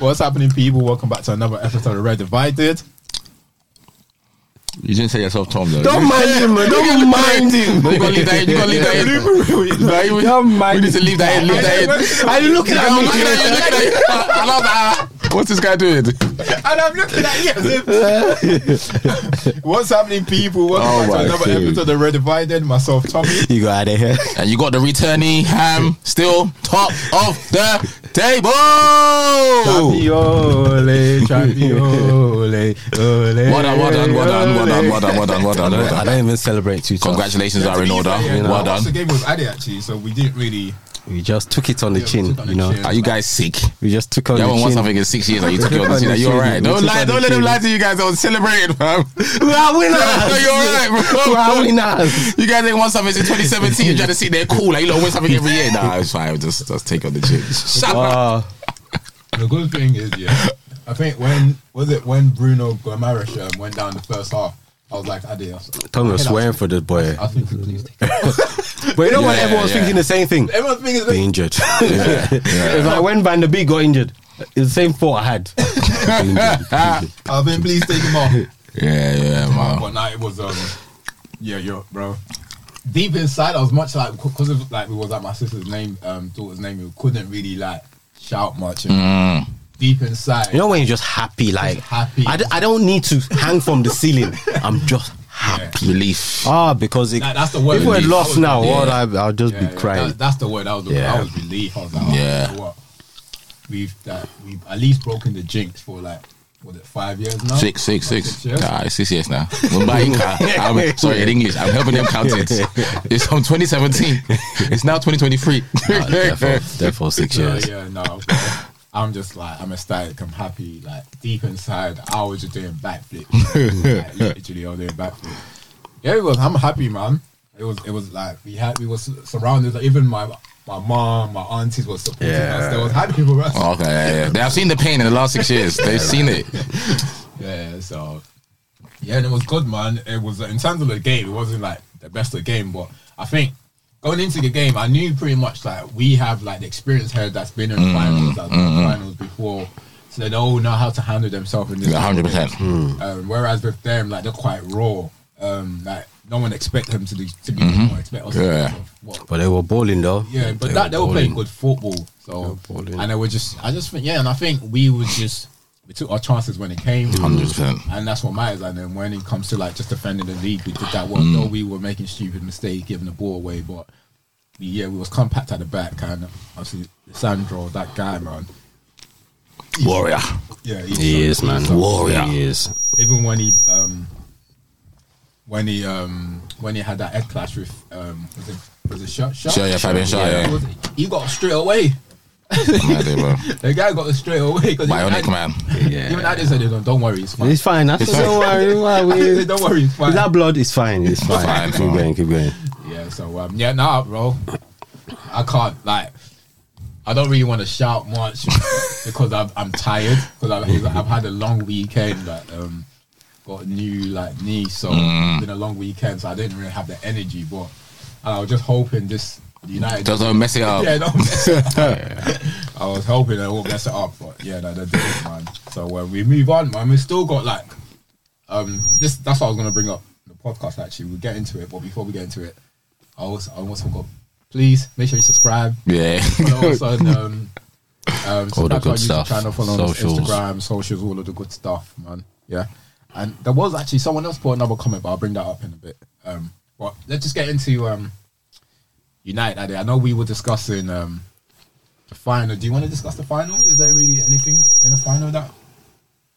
What's happening, people? Welcome back to another episode of Red Divided. You didn't say yourself, Tom. Though. Don't mind him, man. Don't mind him. No, you gotta leave that in. You gotta leave that in. No, you- Don't mind we need to leave that in. Leave that in. Are you looking I'm looking at at you. Looking at you. I love that. What's this guy doing? And I'm looking at you. as if- What's happening, people? Oh Welcome my back to another days. episode of Red Divided. Myself, Tommy. me? You got out of here. And you got the returnee ham still top of the table. Champiole, champiole, ole. Well done, well done, well done, well done, well done, well done, well done, well I done. don't even celebrate too much. Congratulations To are in be order. fair, yeah, no, Well once The done. game was added actually, so we didn't really. We just took it on the Yeah, chin, took it on you the know. chin. Are you guys sick? We just took on You haven't the won chin. something in six years and you took it on the Took chin. on the You're chin. right. We Don't took lie. on the Don't let them chin. lie to you guys. Don't celebrate, fam. We are winners. You're right, bro. We are winners. You guys ain't won something since 2017. You try to sit there cool like you don't win something every year. Nah, it's fine. Just, just take on the chin. Shut up. Uh, The good thing is, yeah, I think when was it when Bruno Gomares um, went down the first half, I was like, adios. Tommy was swearing for this boy. I think please take it. But you know what? Yeah, Everyone's yeah. thinking the same thing. Everyone's thinking Be it's injured. It's like when Van der Beek got injured. It's the same thought I had. Be injured. I think please take him off. Yeah, yeah, man. But nah, it was um, yeah, yo, bro. Deep inside, I was much like because of like it was like my sister's name, um, daughter's name. We couldn't really like shout much. And Mm. Deep inside, You know when you're just happy, like happy. I, d- I don't need to hang from the ceiling. I'm just happy. Relief. Ah, because it, That- that's the word. if we're relief. I lost was- now, yeah, all I, I'll just yeah, be yeah, crying. that- that's the word. That was the Yeah. word. I was relieved. I was like, oh, Yeah. you know what? We've that we've at least broken the jinx for like was it five years now? Six, six, Like six. years? Nah, it's six years now. We're buying car. I'm, sorry, in English. I'm helping them count it. It's from 2017. It's now 2023. therefore, therefore, six No, years. yeah, no. I'm just like I'm ecstatic. I'm happy. Like deep inside, I was just doing backflips. like, literally, I was doing backflips. Yeah, it was. I'm happy, man. It was. It was like we had. We was surrounded. Like, even my my mom, my aunties were supporting us. They was happy for us. Okay, yeah, yeah. They have seen the pain in the last six years. They've seen it. Yeah. So yeah, and it was good, man. It was in terms of the game. It wasn't like the best of the game, but I think. Going into the game, I knew pretty much like we have like the experience here that's been in finals, that's been in finals before, so they all know how to handle themselves in this. 100%. Um, whereas with them, like they're quite raw. Um, like no one expect them to do to be or expect us. Yeah. To, do what, But they were balling though. yeah, but that they were balling. playing good football. So They were balling. and they were just, I just think, yeah, and I think we was just we took our chances when it came. 100%. And that's what matters. And then when it comes to like just defending the league, we did that well. Mm. No, we were making stupid mistakes, giving the ball away, but we- yeah, we was compact at the back. And obviously, Sandro, that guy, man. Warrior. Yeah, He is, man. Warrior. He is. even when he um when he um when he had that head clash with um was it was it shot shot Sure, yeah, Fabian Shaw, yeah. he got straight away. I'm out there, bro. The guy got straight away. 'cause Bionic even man. Yeah. Even I just said, "Don't don't worry, it's fine." It's fine. That's It's don't worry. why I we- said, "Don't worry, it's fine." Is that blood? It's fine. It's fine. fine, keep fine. going. Keep going. Yeah, so um, yeah, nah, bro. I can't like. I don't really want to shout much because I'm I'm tired because I've, I've had a long weekend. Like, um, got a new like knee, so it's been a long weekend, so I didn't really have the energy. But I was just hoping this United. Just don't mess it up. yeah, don't mess it up. I was hoping they won't mess it up, but yeah, no, they didn't, man. So when we move on, man, we still got like um this that's what I was gonna bring up in the podcast actually. We'll get into it, but before we get into it, I also I also got please make sure you subscribe. Yeah. Follow us on um, um subscribe good to our YouTube stuff. channel, follow us on Socials. Instagram, socials, all of the good stuff, man. Yeah. And there was actually someone else put another comment, but I'll bring that up in a bit. Um but let's just get into um United Ade. I know we were discussing um the final. Do you want to discuss the final? Is there really anything in the final that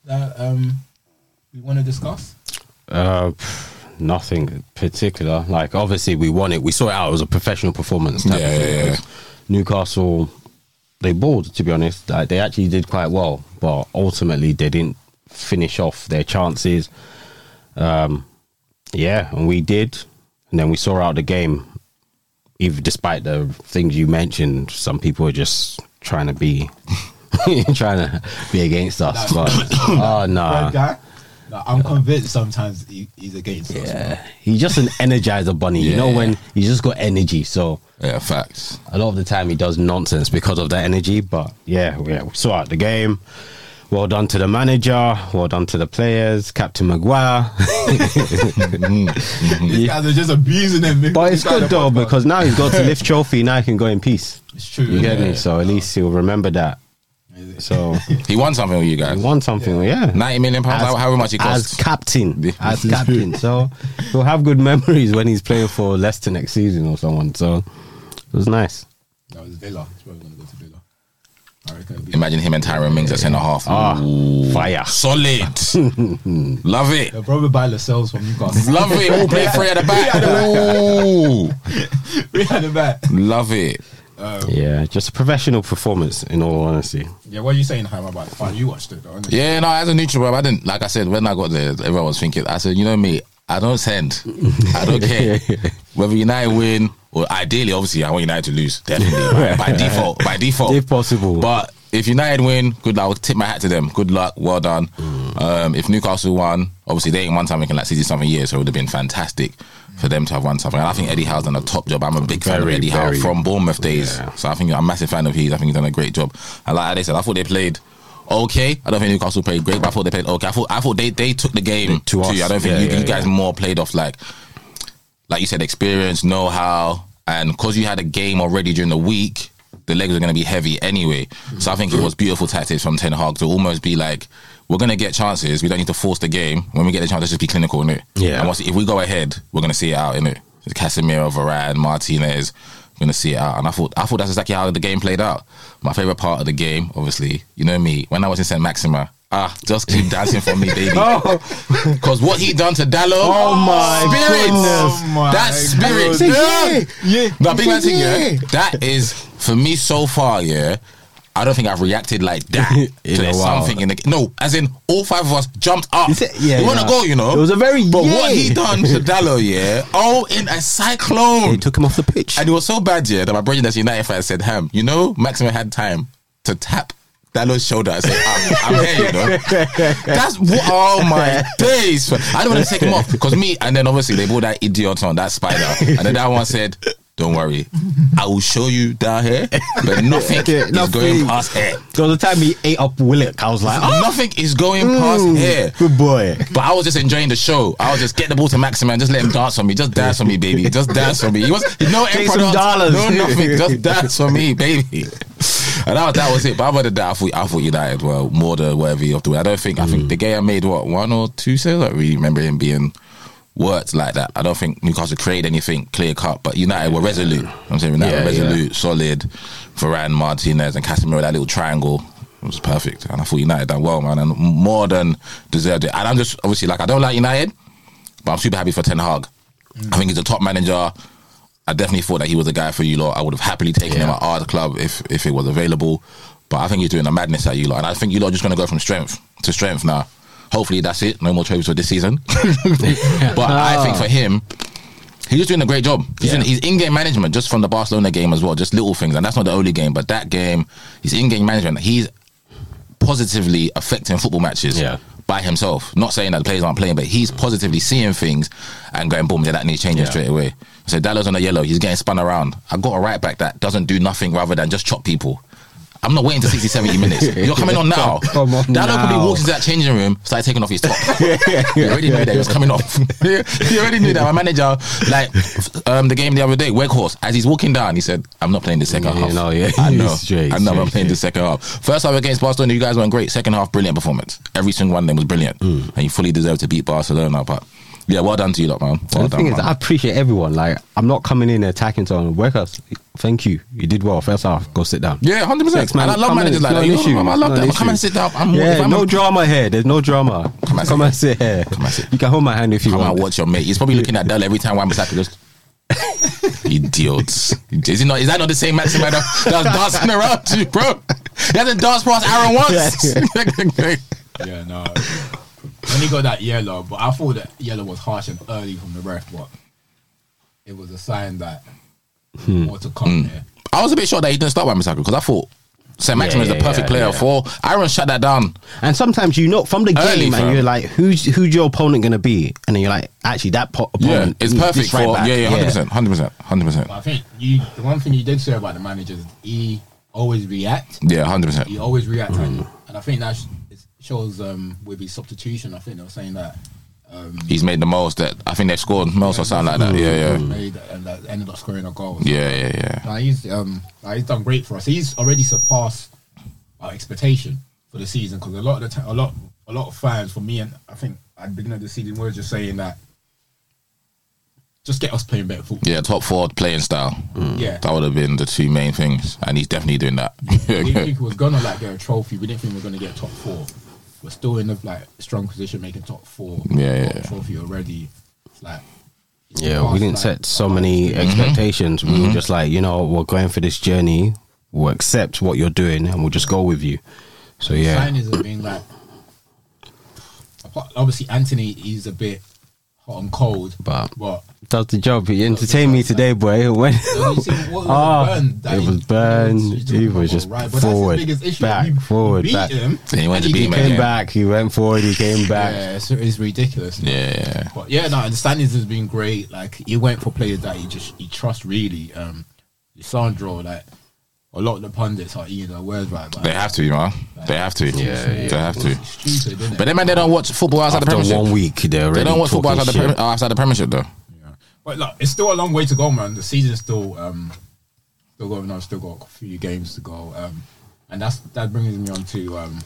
that um we want to discuss? Uh, pff, nothing in particular. Like obviously we won it. We saw it out. It was a professional performance. type of Yeah, thing. yeah, yeah. Newcastle, they balled. To be honest, like, they actually did quite well, but ultimately they didn't finish off their chances. Um, yeah, and we did, and then we saw out the game. Even despite the things you mentioned, some people are just trying to be trying to be against us. But oh no, Red guy. Like, I'm convinced sometimes he, he's against us. man. Yeah, he's just an energizer bunny. You know Yeah. when he's just got energy. So Yeah, facts. a lot of the time he does nonsense because of that energy. But yeah, yeah, we saw out the game. Well done to the manager. Well done to the players. Captain Maguire. These guys are just abusing him. But it's good though because now he's got to lift trophy. Now he can go in peace. it's true. You get Yeah. me? So at least he'll remember that. So He won something with you guys. he won something. Yeah. 90 million pounds, how- however much it As costs. captain, Yeah. as captain, so he'll have good memories when he's playing for Leicester next season or someone. So it was nice. That was Villa. He's probably going to go to Villa. I reckon it'll be Imagine him and Tyron Mings at centre half. Ah, Ooh. fire. Solid. Love it. They'll probably buy Lascelles from Newcastle. Love it. We'll play three at the back. Ooh. we had a bet. Love it. Yeah, just a professional performance. In all honesty, Yeah, what are you saying, Ham, about the fight? You watched it, though, innit? Yeah, no, as a neutral, bro, I didn't, like I said, when I got there, everyone was thinking, I said, you know me, I don't send. I don't care. Whether United win, or ideally, obviously, I want United to lose, definitely. by, by default. By default. if possible. But if United win, good luck. I'll tip my hat to them. Good luck. Well done. Mm. Um, if Newcastle won, obviously they ain't won something in like 60 something years, so it would have been fantastic for them to have won something. And I think Eddie Howe's done a top job. I'm a big fan of Very, Eddie very. Howe from Bournemouth days. Yeah. So I think I'm a massive fan of his. I think he's done a great job. And like they said, I thought they played okay. I don't think Newcastle played great, but I thought they played okay. I thought I thought they, they took the game to, To us. you. I don't think Yeah, you, yeah, you guys more played off like like you said, experience, know how, and because you had a game already during the week, the legs are going to be heavy anyway. So I think it was beautiful tactics from Ten Hag to almost be like, we're going to get chances. We don't need to force the game. When we get the chance, let's just be clinical in it. Yeah. And once, if we go ahead, we're going to see it out in it. Casemiro, Varane, Martinez, we're going to see it out. And I thought, I thought that's exactly how the game played out. My favorite part of the game, obviously, you know me, when I was in St. Maxima. Ah, just keep dancing for me, baby. Because what he done to Dallo, Oh my goodness. Oh my that spirit. goodness. Yeah. Yeah. No, big man thing, yeah. Yeah. That is for me so far, yeah. I don't think I've reacted like that In to a while. something in the no, as in all five of us jumped up. Is it- yeah, we want to yeah. go, you know. It was a very but what yay. he done to Dallo, yeah. Oh, in a cyclone, They took him off the pitch. and it was so bad, yeah, that my brother that's United fan said, "Ham, you know, Maxima had time to tap." Dallo's shoulder. I said, I'm, I'm here, you know. That's what, oh my days. I don't want to take him off because me, and then obviously they brought that idiot on, that spider. And then that one said, Don't worry, I will show you down here, but nothing Yeah, is nothing. going past here. So the time he ate up Willock, I was like, oh, Nothing is going past Mm. here. good boy. But I was just enjoying the show. I was just get the ball to Maximan, just let him dance on me, just dance on me, baby, just dance on me. He was no Take end some product, dollars. no nothing, just dance on me, baby. And that was, that was it. But other than that, I thought, I thought United were more the worthy of the way. I don't think I think the guy made what one or two saves. I don't really remember him being worked like that. I don't think Newcastle created anything clear cut, but United were resolute. I'm saying United Yeah, were resolute, solid. Varane, Martinez, and Casemiro. That little triangle was perfect, and I thought United done well, man, and more than deserved it. And I'm just obviously like I don't like United, but I'm super happy for Ten Hag. I think he's a top manager. I definitely thought that he was a guy for you lot. I would have happily taken him at our club if if it was available. But I think he's doing a madness at you lot, and I think you lot are just going to go from strength to strength now. Hopefully that's it. No more trophies for this season. but I think for him, he's just doing a great job. He's, doing, he's in-game management just from the Barcelona game as well. Just little things, and that's not the only game, but that game, he's in-game management. He's positively affecting football matches Yeah. by himself. Not saying that the players aren't playing, but he's positively seeing things and going, boom, yeah, that needs changing straight away. So Dallas on the yellow, he's getting spun around. I got a right back that doesn't do nothing rather than just chop people. I'm not waiting to 60, 70 minutes. You're coming on now. Come on Dallo probably now. walks into that changing room, started taking off his top. He already knew that he was coming off. he already knew that. My manager, like um, the game the other day, Weghorst, as he's walking down, he said, "I'm not playing the second Yeah, half." no, yeah. I know, Straight, I know, I'm straight, playing the second half. First half against Barcelona, you guys went great. Second half, brilliant performance. Every single one of them was brilliant, Hmm. and you fully deserve to beat Barcelona. But yeah, well done to you, lot, man. Well done, the thing is, man. I appreciate everyone. Like, I'm not coming in attacking someone. Work us. Thank you. You did well. First half, go sit down. yeah, hundred percent. Thanks, man. And I love Come in. managers It's like not that. an You know, issue. man, I It's love not that. an But Come and issue. sit down. I'm, if Yeah, I'm no drama here. There's no drama. Come and and, sit here. sit here. Come and sit. You can hold my hand if you Come want. and watch your mate. He's probably looking at Dell every time one Bissaka just. Idiots. Is it not? Is that not the same Maxima that that's dancing around you, bro? He hasn't danced past Aaron once. Yeah, no. When he got that yellow, but I thought that yellow was harsh and early from the ref, but it was a sign that more to come there. Hmm. I was a bit shocked that he didn't start Wan Bissaka because I thought St. Maximin is Yeah, yeah, the perfect yeah, player yeah. for. Aaron shut that down. And sometimes you know from the Early, game, fam. and you're like, who's who's your opponent gonna be? And then you're like, actually, that po- Yeah, opponent Um, it's is this perfect for. right back. yeah, yeah, hundred percent, hundred percent, hundred percent. But I think you the one thing you did say about the manager is he always react. Yeah, hundred percent. He always react, and, Hmm. and I think that sh- it shows um, with his substitution. I think they were saying that He's made the most that I think they've scored most or something like that. Yeah, yeah, made and that ended up scoring a goal. yeah, yeah, yeah. Nah, he's um, nah, he's done great for us. He's already surpassed our expectation for the season because a lot of the time, a lot, a lot of fans for me and I think at the beginning of the season we were just saying that just get us playing better football. Yeah, top four playing style. Yeah. That would have been the two main things, and he's definitely doing that. We didn't think we was gonna like get a trophy. We didn't think we were gonna get top four. We're still in a like strong position, making top four. Yeah, yeah, Got a yeah. Trophy already. It's like it's Yeah, we past, didn't like, set so many Mm-hmm. expectations. We were just like, you know, we're going for this journey. We'll accept what you're doing, and we'll just go with you. So yeah, signings have been like. apart- Obviously, Anthony is a bit hot and cold, But- but does the job. You entertained me today, boy. When Have you seen what was Ah, Burn that it he- was Burn. He was just But forward, that's his biggest issue. back, We- we forward, beat back. Him, And he went to beat he did- him came again. back, he went forward, he came back. Yeah, so it's ridiculous. Yeah, But yeah, no, the standings has been great. Like he went for players that he just he trusts really. Um, Sandro, like a lot of the pundits are eating their words right. But they have to, man. They have to. Yeah, they have to. It's stupid, isn't it? But then, man, they don't watch football outside the After Premiership. one week, they're already they don't watch football talking outside the, shit. prem- uh, outside the Premiership, though. Yeah. But look, it's still a long way to go, man. The season's still um still going on. Still got a few games to go. Um, and that's that brings me on to um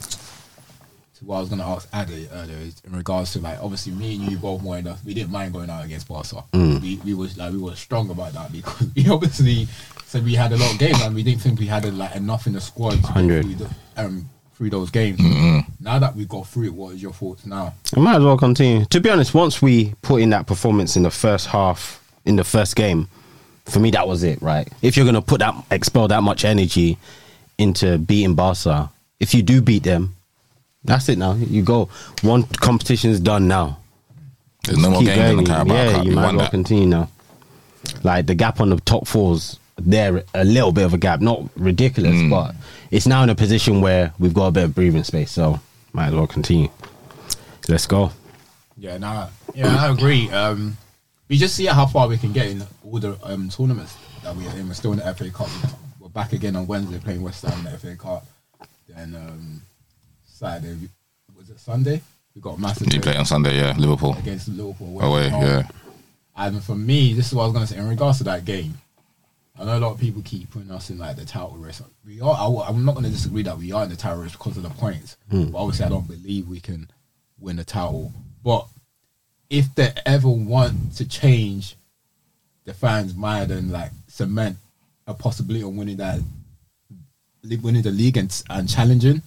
to what I was gonna ask Adi earlier is in regards to like obviously me and you both were enough. We didn't mind going out against Barca. We we was like we were strong about that because we obviously said we had a lot of games and we didn't think we had like enough in the squad. to get 100. through the- Um, through those games. Now that we got through it, what is your thoughts now? I might as well continue. To be honest, once we put in that performance in the first half, in the first game, for me that was it, right? If you're gonna put that expel that much energy into beating Barca, if you do beat them, that's it now. You go. One competition's done now. There's no more Keep games in the Carabao yeah, Cup. you We might won as well that. continue now. Like the gap on the top fours, there a little bit of a gap, not ridiculous, Mm. but it's now in a position where we've got a bit of breathing space. So might as well continue. Let's go. Yeah, nah, yeah, I agree. Um, we just see how far we can get in all the um, tournaments that we're in. We're still in the FA Cup. We're back again on Wednesday playing West Ham in the FA Cup. Then um, Saturday, we- was it Sunday? We got a massive You play on Sunday, yeah, Liverpool. against Liverpool Away, at home. yeah. And for me, this is what I was gonna say in regards to that game. I know a lot of people keep putting us in like the title race. We are. I, am not gonna disagree that we are in the title race because of the points. But obviously, I don't believe we can win the title. But if they ever want to change the fans' mind and like cement a possibility of winning that, li- winning the league and, and challenging,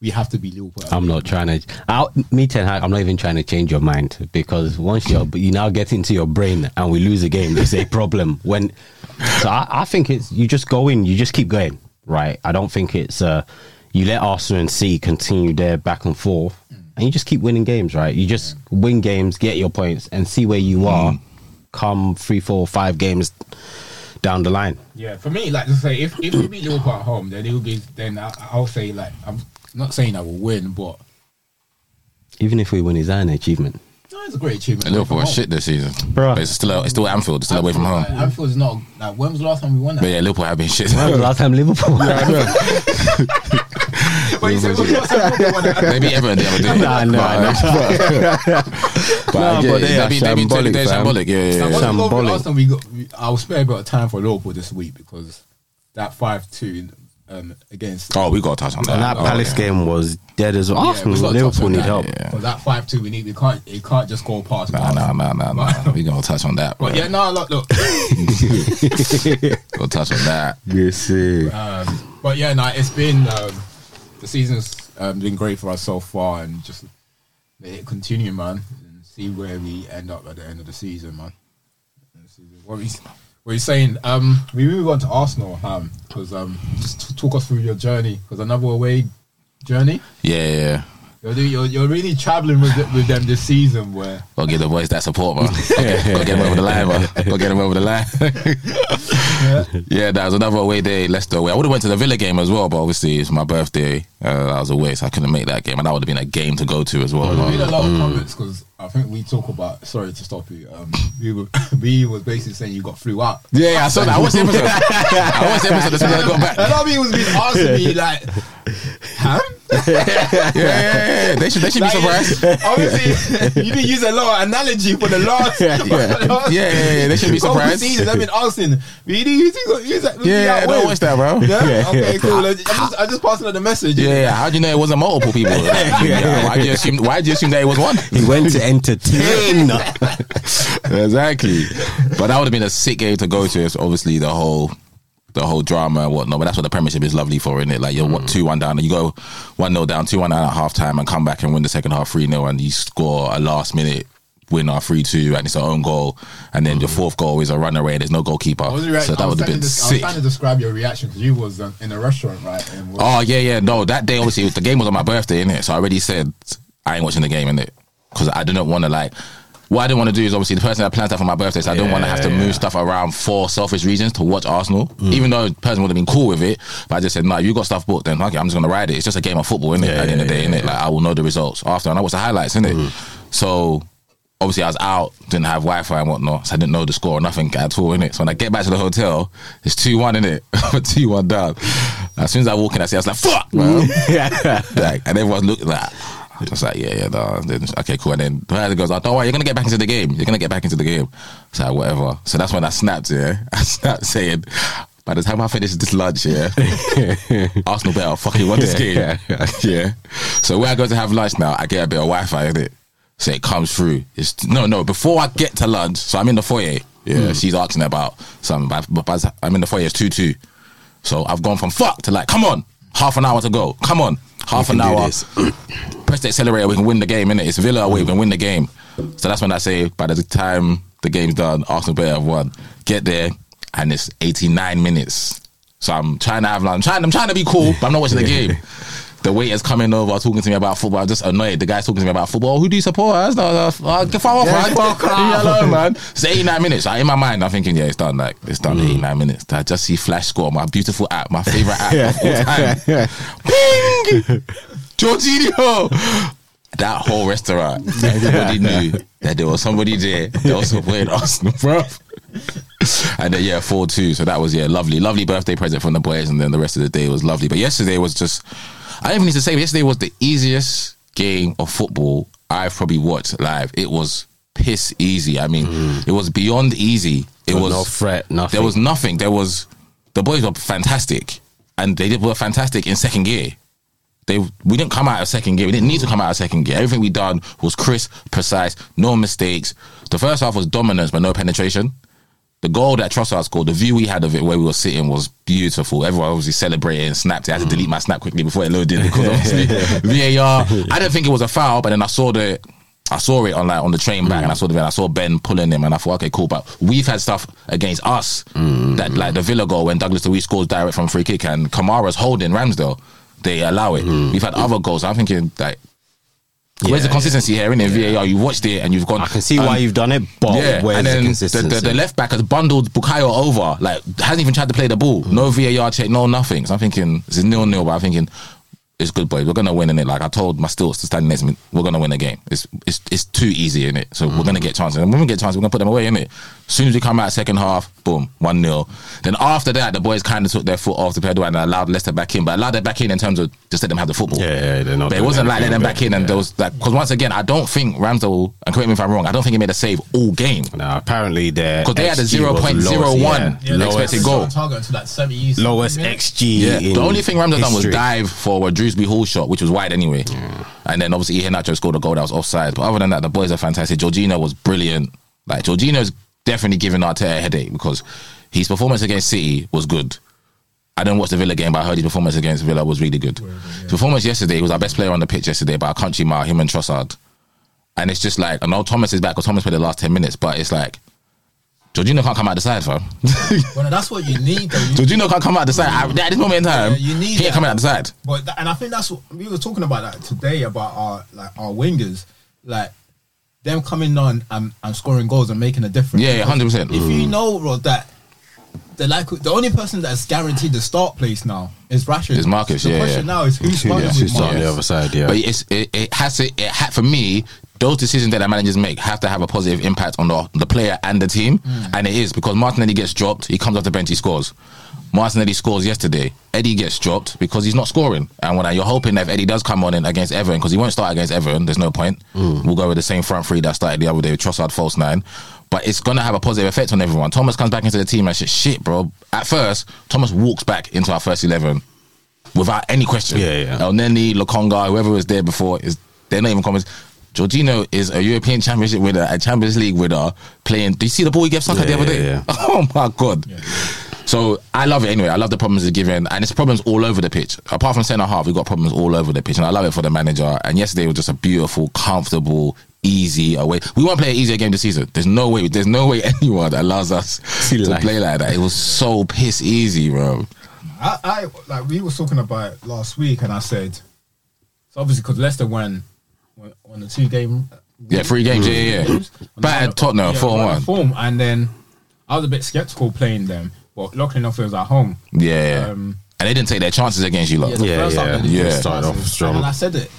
we have to be Liverpool. I'm not trying to. I'll, me Ten Hag, I'm not even trying to change your mind because once you're, you now get into your brain and we lose a game, it's a problem. When, so I, I think it's you just go in, you just keep going, right? I don't think it's uh, you let Arsenal and City continue their back and forth, and you just keep winning games, right? You just win games, get your points, and see where you are. Come three, four, five games down the line. Yeah, for me, like to say, if if we beat Liverpool at home, then it will be. Then I, I'll say like I'm not saying I will win, but Even if we win, is that an achievement? no, it's a great achievement. And Liverpool From are home. shit this season. Bruh. But it's still, it's still Anfield. It's still away from Like, home. Anfield's not like when was the last time we won But that? yeah, Liverpool have been shit. When was the last time Liverpool? But you said, "Well, what's that Liverpool won that?" They beat Everton the other day. Nah, nah, nah. But I Nah, get it. but they are they beat- they beat shambolic, they're fam. shambolic. Yeah, yeah, Like, what's the yeah. goal for Shambolic. last time we got, we- I'll spare a bit of time for Liverpool this week because that five two um, against Oh, we got to touch on that. And that Oh, Palace yeah. game was dead as well. Yeah, Arsenal, we've got to touch Liverpool on need that, help. yeah. But that five two we need. We can't. It can't just go past. Nah, us. nah, nah, nah, nah. We gonna touch on that. But bruh. yeah, no, look, look. Gonna touch on that. Yes, eh. yeah. Um, but yeah, no, it's been um, the season's um, been great for us so far, and just let it continue, man, and see where we end up at the end of the season, man. What we what you saying? Um, we move on to Arsenal, Ham, because um, just t- talk us through your journey, because another away journey. Yeah, yeah, yeah. You're, do- you're, you're really traveling with, th- with them this season, where Gotta get the boys that support, man. Gotta get them over the line, man. Gotta get them over the line. yeah, that was another away day, Leicester away. I would have went to the Villa game as well, but obviously it's my birthday. Uh, I was away, so I couldn't make that game, and that would have been a game to go to as well. We made a lot of comments because I think we talk about. Sorry to stop you. Um, we were, we was basically saying you got flew out. yeah, yeah, I saw that. I watched the episode. I watched the episode as soon as I got back. A lot of people was been asking me like, huh? Yeah, yeah, yeah, yeah. They should, they should be Like, surprised. Obviously, you didn't use a lot of analogy for the last. Yeah. Yeah, yeah, yeah, they should be Over surprised. Seasons, I've been asking. We didn't use it. Use that, Yeah, that don't word. watch that, bro. Yeah? Yeah, Okay, yeah. cool. I'm just, I'm just passing on the message. Yeah, yeah. How do you know it wasn't multiple people? yeah, why do you assume? Why do you assume that it was one? He went to entertain. exactly. But that would have been a sick game to go to. It's obviously the whole the whole drama and whatnot. But that's what the premiership is lovely for, isn't it? Like you're Mm. what two one down and you go one 0 down, two one down at half time and come back and win the second half three 0 and you score a last minute winner three two and it's our own goal and then your fourth goal is a runaway and there's no goalkeeper. I Mm. was, react- so that I was would have trying been to des- sick. I was trying to describe your reaction because you was um, in a restaurant, right? And was, Oh yeah, yeah. No, that day obviously the game was on my birthday, innit? So I already said I ain't watching the game, innit? Because I didn't want to like. What I didn't want to do is obviously the person that planned that for my birthday, so I don't want to have to move stuff around for selfish reasons to watch Arsenal. Even though the person would have been cool with it, but I just said, no, you got stuff booked, then okay, I'm just gonna ride it. It's just a game of football, innit? At the end of the day, innit? Like I will know the results after, and I watch the highlights, innit? So obviously I was out, didn't have Wi Fi and whatnot, so I didn't know the score or nothing at all, innit? So when I get back to the hotel, it's 2 1, innit? 2 1 down. As soon as I walk in, I see, I was like, fuck, man. like, and everyone's looking like, I was like, yeah, yeah, no. And Then, okay, cool. And then the manager goes, oh, don't worry, you're going to get back into the game. You're going to get back into the game. So like, whatever. So that's when I snapped, yeah. I snapped saying, by the time I finish this lunch, yeah, Arsenal better fucking won this game. Oh, Yeah, So where I go to have lunch now, I get a bit of Wi Fi in it. So it comes through. It's no, no. Before I get to lunch, so I'm in the foyer. Yeah, Hmm. she's asking about something, but, but by the- I'm in the foyer. It's two two. So I've gone from fuck to like, come on, half an hour to go. Come on, half We an can do hour. this. Press the accelerator. We can win the game. Innit? It's Villa away. We can win the game. So that's when I say, by the time the game's done, Arsenal better have won. Get there, and it's 89 minutes. So I'm trying to have, I'm trying, I'm trying to be cool, but I'm not watching the game. The waiter's coming over, talking to me about football. I'm just annoyed. The guy's talking to me about football. Who do you support? I was like, uh, uh, get far off, man. Leave me alone, man. It's 89 minutes. Like, in my mind, I'm thinking, yeah, it's done. Like, it's done. 89 minutes. I just see Flash score, my beautiful app, my favorite app of all time. Ping! Jorginho! That whole restaurant, everybody knew that there was somebody there that was supporting Arsenal, bro. And then yeah, four two. So that was yeah, lovely, lovely birthday present from the boys, and then the rest of the day was lovely. But yesterday was just, I don't even need to say. Yesterday was the easiest game of football I've probably watched live. It was piss easy. I mean, it was beyond easy. It was no threat, nothing. there was nothing. There was the boys were fantastic, and they did were fantastic in second gear. They we didn't come out of second gear. We didn't need to come out of second gear. Everything we done was crisp, precise, no mistakes. The first half was dominance, but no penetration. The goal that Trossard scored, the view we had of it where we were sitting was beautiful. Everyone obviously celebrated and snapped Hmm. it. I had to delete my snap quickly before it loaded because obviously VAR. I didn't think it was a foul, but then I saw the I saw it on like on the train Hmm. back, and I saw the I saw Ben pulling him, and I thought, okay, cool. But we've had stuff against us Hmm. that like the Villa goal when Douglas Luiz scores direct from free kick, and Kamara's holding Ramsdale. They allow it. We've had other goals. I'm thinking like, where's the Hmm. Yeah, consistency here? In VAR, you watched it and you've gone. I can see why and- you've done it, but where's and then the the, consistency? the, the left back has bundled Bukayo over, like hasn't even tried to play the ball. Mm. No VAR check, no nothing. So I'm thinking this is nil nil, but I'm thinking it's good, boys. We're gonna win in it. Like I told my stilts to stand next to me, we're gonna win the game. It's it's it's too easy in it. So we're Mm. gonna get chances, and when we get chances, we're gonna put them away in it. As soon as we come out second half, boom, one 0 Then after that, the boys kind of took their foot off the pedal and allowed Leicester back in, but allowed them back in in terms of just let them have the football. yeah, yeah, they're not But it doing wasn't like letting them anything, back but- in, and there was like because once again, I don't think Ramsdale. And correct me if I'm wrong. I don't think he made a save all game Now, apparently, their because they had a XG was lowest, 0.01 yeah, lowest, expected goal. Target until like seventy. lowest XG. Yeah, in the only thing Ramsdale done was history. dive for a Drewsby Hall shot, which was wide anyway. And then obviously Iheanacho scored a goal that was offside. But other than that, the boys are fantastic. Jorginho was brilliant. Like Jorginho's definitely giving Arteta a headache because his performance against City was good. I didn't watch the Villa game, but I heard his performance against Villa was really good. His performance yesterday he was our best player on the pitch yesterday by a country mile, him and Trossard. And it's just like, I know Thomas is back because Thomas played the last 10 minutes, but it's like, Jorginho can't come out the side, fam. Well, that's what you need. Though. You- Jorginho can't come out the side. I- at this moment in time, Yeah, you need he ain't that. coming out the side. But tha- and I think that's what we were talking about that today about our like our wingers, like them coming on and, and scoring goals and making a difference. Yeah, yeah, 100%. If you know bro, that the like the only person that's guaranteed the start place now is Rashford. Is Marcus, The yeah, question yeah. now is who's starting yeah, Who's with on Marcus? the other side? Yeah, But it's it, it has to it ha- for me. Those decisions that the managers make have to have a positive impact on the, the player and the team, and it is because Martinelli gets dropped. He comes off the bench, he scores. Martinelli scores yesterday. Eddie gets dropped because he's not scoring. And when I, you're hoping that if Eddie does come on in against Everton, because he won't start against Everton, there's no point. We'll go with the same front three that started the other day with Trossard, false nine. But it's gonna have a positive effect on everyone. Thomas comes back into the team and shit, shit, bro. At first, Thomas walks back into our first eleven without any question. Yeah, yeah. El Neni, Lokonga, whoever was there before is they're not even comments. Jorginho is a European Championship winner, a Champions League winner, playing. Do you see the ball he gave Saka the Yeah, other day? yeah, yeah. Oh my god! So I love it anyway. I love the problems it's given, and it's problems all over the pitch. Apart from centre half, we've got problems all over the pitch, and I love it for the manager. And yesterday was just a beautiful, comfortable, easy away. We won't play an easier game this season. There's no way. There's no way anyone allows us See to life. play like that. It was so piss easy, bro. I, I like we were talking about it last week, and I said, so obviously because Leicester won, won on the two game, Yeah, three games. Yeah, yeah. yeah. Bad Tottenham, Oh, four one. form, and then I was a bit skeptical playing them, but luckily enough it was at home. Yeah. Um, and they didn't take their chances against you, lot. the Yeah, Yeah, first half yeah. they didn't Yeah. take Started off chances, strong. and I said it.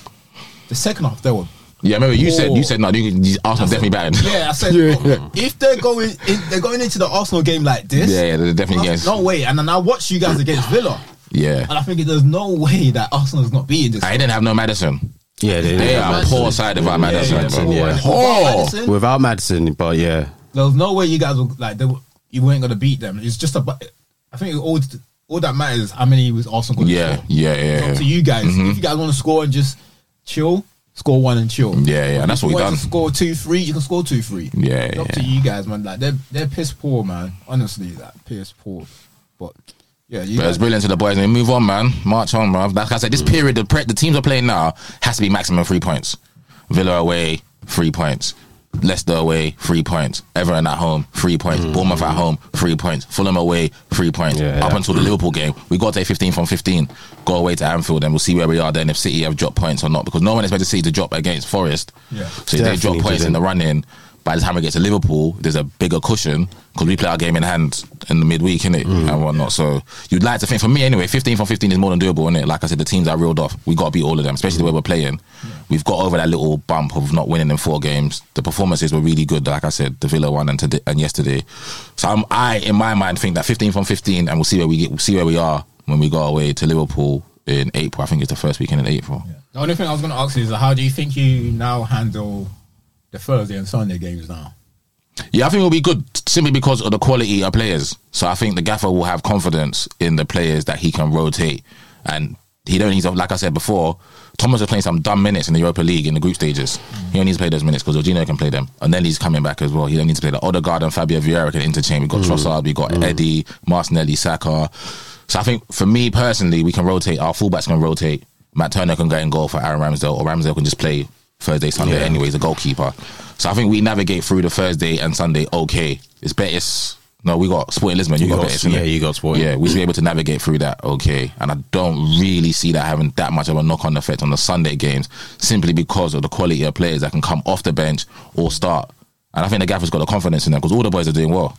The second half they were I remember you said you said no, you, you, Arsenal definitely battered. Yeah, I said if they're going, if they're going into the Arsenal game like this. Yeah, yeah, they're definitely there's against. no way. And then I watched you guys against Villa, Yeah, and I think there's no way that Arsenal's not beating this. I didn't have no Madison. yeah, they, They are a Madison. poor side of our Madison, yeah, bro. yeah. Poor. Madison, without Madison, but yeah, there's no way you guys were like they were, you weren't gonna beat them. It's just about. I think all all that matters is how many was Arsenal going to Yeah, score. yeah, It's yeah, up to yeah. you guys. Mm-hmm. If you guys want to score and just chill, score one and chill. Yeah, yeah, and that's If you what we want done. To score two three, you can score two three. Yeah, it's up yeah. to you guys, man. Like they're they're piss poor, man. Honestly, like piss poor. But yeah, you But guys, it's brilliant to the boys. And move on, man. March on, bro. Like I said, this period, the, pre- the teams are playing now has to be maximum three points. Villa away, three points. Leicester away, three points. Everton at home, three points. Bournemouth at home, three points. Fulham away, three points. Mm. Yeah, Up yeah. until the Liverpool game, we got to take 15 from 15. Go away to Anfield, and we'll see where we are then if City have dropped points or not. Because no one expected City to drop against Forest. Yeah. So if they drop Definitely points in didn't. the run in. By the time we get to Liverpool, there's a bigger cushion because we play our game in hand in the midweek, innit? And whatnot. So you'd like to think, for me anyway, 15 from 15 is more than doable, innit? Like I said, the teams I reeled off, we got to beat all of them, especially the way we're playing. We've got over that little bump of not winning in four games. The performances were really good, like I said, the Villa one and today, and yesterday. So I'm, I, in my mind, think that 15 from 15, and we'll see where we get, we'll see where we are when we go away to Liverpool in April. I think it's the first weekend in April. the only thing I was going to ask you is how do you think you now handle the Thursday and Sunday games now? Yeah, I think it'll be good simply because of the quality of players. So I think the gaffer will have confidence in the players that he can rotate, and he don't need to. Like I said before, Thomas was playing some dumb minutes in the Europa League in the group stages. He only needs to play those minutes because Jorginho can play them, and then he's coming back as well. He don't need to play the Odegaard and Fabio Vieira can interchange. We have got Trossard, we have got Eddie, Martinelli, Saka. So I think for me personally, we can rotate. Our fullbacks can rotate. Matt Turner can go and goal for Aaron Ramsdale, or Ramsdale can just play Thursday, Sunday, Yeah. anyways, the goalkeeper. So I think we navigate through the Thursday and Sunday okay. It's Betis. No, we got Sporting Lisbon. You You got, got- Betis. innit? yeah, you got Sporting. Yeah, we should be able to navigate through that okay. And I don't really see that having that much of a knock on effect on the Sunday games simply because of the quality of players that can come off the bench or start. And I think the gaffer's got the confidence in them because all the boys are doing well.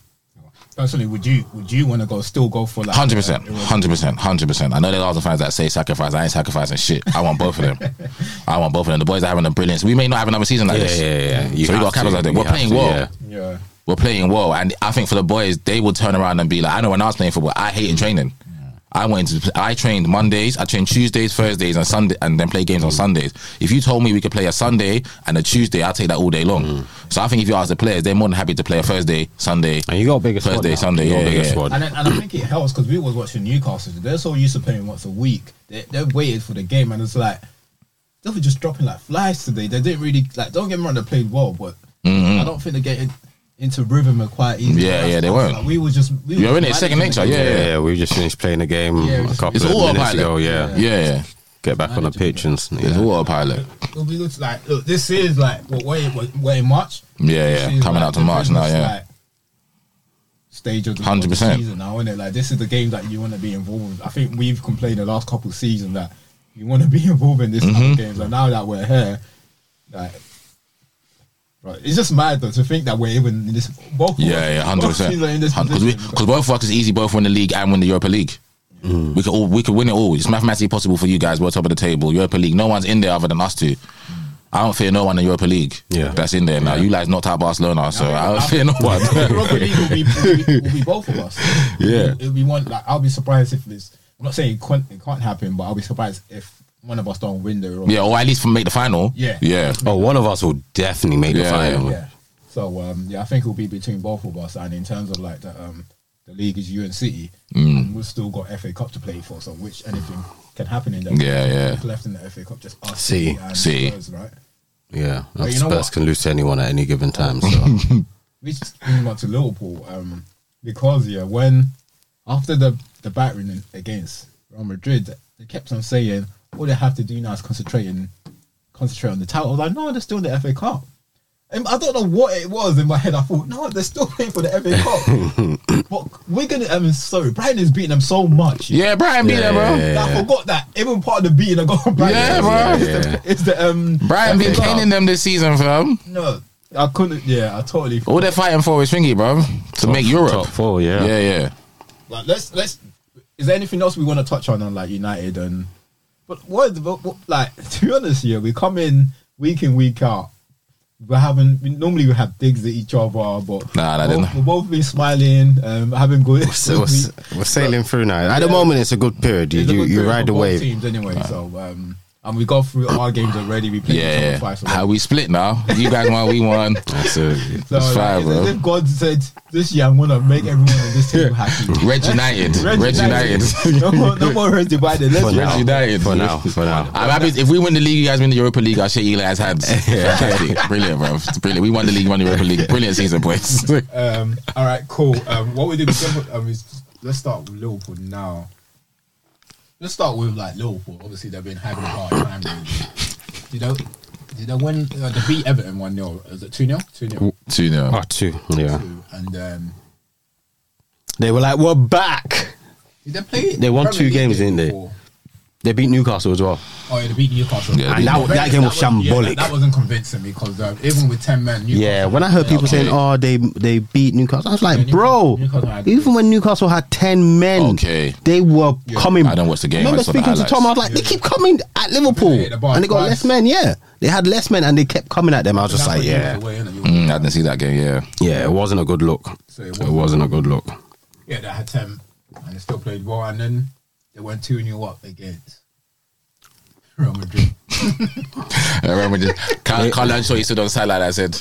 Personally, would you would you want to go still go for like Hundred percent, uh, Europa hundred percent, hundred percent. I know there's Arsenal fans that say sacrifice. I ain't sacrificing shit. I want both of them. I want both of them. The boys are having a brilliance. We may not have another season like Yeah, this. yeah, yeah. You so we have got to. capitals like that. We're You have playing to, well. yeah. Yeah. We're playing well, and I think for the boys, they will turn around and be like, I know when I was playing football, I hated training. I went. To, I trained Mondays. I trained Tuesdays, Thursdays, and Sunday, and then play games Mm. on Sundays. If you told me we could play a Sunday and a Tuesday, I'll take that all day long. Mm. So I think if you ask the players, they're more than happy to play a Thursday, Sunday. and you got a bigger squad Thursday, now. Sunday, You got a yeah, bigger yeah. squad. And, then, and I think it helps because we was watching Newcastle. They're so used to playing once a week. They, they waited for the game, and it's like they were just dropping like flies today. They didn't really like. Don't get me wrong, they played well, but I don't think they're getting into rhythm quite easily. Mm-hmm. Yeah, That's- yeah, they that's weren't. Like, we were just. We You're were in it, second managing nature, the yeah, game. Yeah, yeah, we just finished playing a game Yeah, a it's- couple It's of all minutes about ago. Yeah. yeah. get back on the pitch and It's yeah. all autopilot. It'll be good to, like look. This is like what way way in March. Yeah, This yeah, is, coming out to the March now, business, yeah. stage of the, 100%. 100%. season now, isn't it? Like this is the game that you want to be involved with. I think we've complained the last couple of seasons that Mm-hmm. you want to be involved in this type of games, and now that we're here, like Right. It's just mad though to think that we're even in this. Both Yeah, yeah, hundred percent. Because we, because Because both of us is easy. Both win the league and win the Europa League. Mm. We could all, we could win it all. It's mathematically possible for you guys. We're top of the table. Europa League. No one's in there other than us two. I don't fear no one in Europa League. Yeah. that's in there now. You guys knocked out Barcelona, so I don't fear no one. Rugby league will be, will, be, will be both of us. Yeah. It'll be one. Like I'll be surprised if this. I'm not saying it can't, it can't happen, but I'll be surprised if one of us don't win the. Europa yeah, or at least from make the final. Yeah. yeah. Oh, one of us will definitely make the Yeah, final. Yeah. So um, yeah, I think it'll be between both of us, and in terms of like the um, the league is you and City, Mm. and we've still got FA Cup to play for. So which anything can happen in that. Yeah, yeah. Who's left in the FA Cup just us, City. and City. Spurs, right? Yeah, But you know Spurs what? can lose to anyone at any given time. So Which brings me on to Liverpool, um, because yeah, when after the the battering in- against Real Madrid, they kept on saying all they have to do now is concentrate and concentrate on the title. I was like, no, they're still in the FA Cup. And I don't know what it was in my head. I thought, no, they're still playing for the FA Cup. but we're gonna. I mean, sorry, Brighton is beating them so much. Yeah, Brighton beat Yeah, them, bro. yeah, yeah. that I forgot that even part of the beating I got on Brighton. Yeah, It's bro. the- It's the um. Brighton FA been Cup. caning them this season, fam. No, I couldn't. Yeah, I totally. All they're fighting for is thingy, bro, to make Europe. top four, yeah. yeah, yeah. Like, let's let's. Is there anything else we want to touch on on like United and? But what, but what like to be honest, yeah, we come in week in week out. We're having we, normally we have digs at each other, but Nah, nah, we're, didn't. both, we're both been smiling, um, having good. so we're, s- we're sailing through now. At the moment, it's a good period. You It's a you, good you period ride for the both wave. Teams anyway, so um, and we got through our games already. We played each other Yeah, twice. How we split now? You guys won, we won. Absolutely. so like, it's fine, it's as bro. if God said, "This year I'm gonna make everyone in this team happy." Red United. Red United. no more, no more Red United. Let's For Red now. United. For now. For now. I'm happy if we win the league, you guys win the Europa League. I'll shake you guys' hands. Fantastic. Brilliant, bro. It's Brilliant. We won the league, won the Europa League. Brilliant season, boys. Um, all right, cool. Um, what we do um, is let's start with Liverpool now. Let's start with like Liverpool. Obviously, they've been having a hard time. really. Did they, did they win? Uh, they beat Everton one 0 Is it two 0 Two 0 Two 0 Oh, two. Yeah. And um, They were like, we're back. did they play? They won Premier two League games, game didn't they? before? They beat Newcastle as well. Oh, yeah, they beat Newcastle. Yeah, they And that beat- that game was yeah, shambolic. that wasn't convincing because um, even with ten men, Newcastle Yeah, when I heard people saying, "Oh, they they beat Newcastle," I was like, Yeah, "Bro, Newcastle- Newcastle had- even when Newcastle had ten men, Okay. they were Yeah. coming." I don't watch the game, I Remember saw the speaking to highlights. Tom, I was like, "They Yeah. keep coming at Liverpool, Yeah, the bar and they got twice. less men. Yeah, they had less men, and they kept coming at them." I was just That's like, when you "Yeah, walk away, innit? You walk Mm, I didn't see that game. Yeah, yeah, it wasn't a good look. So it it, wasn't- wasn't a good look." Yeah, they had ten, and they still played well. And then they went two 0 up against Real Madrid. I remember just Carl, Carl Ancelotti stood on sideline. I said,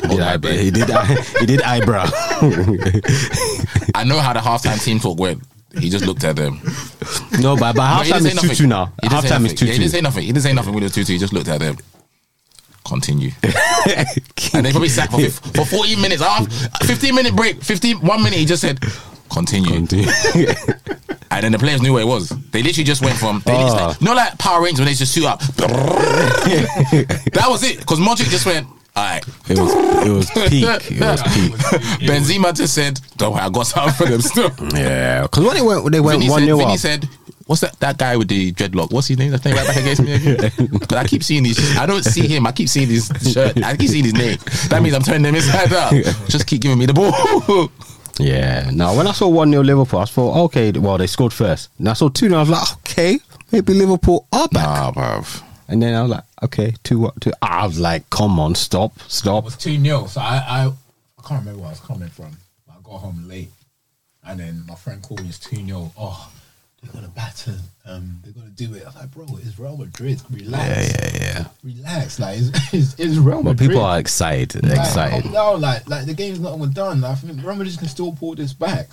He did, my eyebrow. bad. he did, he did eyebrow. "I know how the halftime team talk went." He just looked at them. no, but by But he didn't halftime say it's two nothing. two now. He didn't say Halftime nothing. is two Yeah, he didn't say two. nothing. He didn't say nothing with the two two. He just looked at them. Continue. and they probably sat for, fif- for 14 minutes. Half, 15 minute break. 15, one minute. He just said, continue. And then the players knew what it was. They literally just went from. They just, Oh. like, not like Power Rangers when they just shoot up. that was it. Because Modric just went, all right. It was, it was peak. It was peak. Benzema just said, don't worry, I got something for them still. Yeah, because when they went, they went Vinny, one said, 0 Vinny up. said, "What's that? That guy with the dreadlock? What's his name? That's playing right back against me again. 'Cause I keep seeing these. I don't see him. I keep seeing his shirt. I keep seeing his name. That means I'm turning them inside out. Just keep giving me the ball. Yeah. Now, when I saw 1 0 Liverpool, I thought, okay, well, they scored first. And I saw 2 0, I was like, okay, maybe Liverpool are back. nah, bruv. And then I was like, okay, 2 what? 2 I was like, come on, stop, It stop. was two 0 So I, I, I can't remember where I was coming from. I got home late, and then my friend called me. It's two 0 Oh, they're gonna batter. Um, they're gonna do it. I was like, bro, it's Real Madrid. Relax, yeah. relax. Like it's, it's, it's Real But Madrid. people are excited. They're Like, excited. calm down, like, like the game's not even done. Like, I think Real Madrid can still pull this back.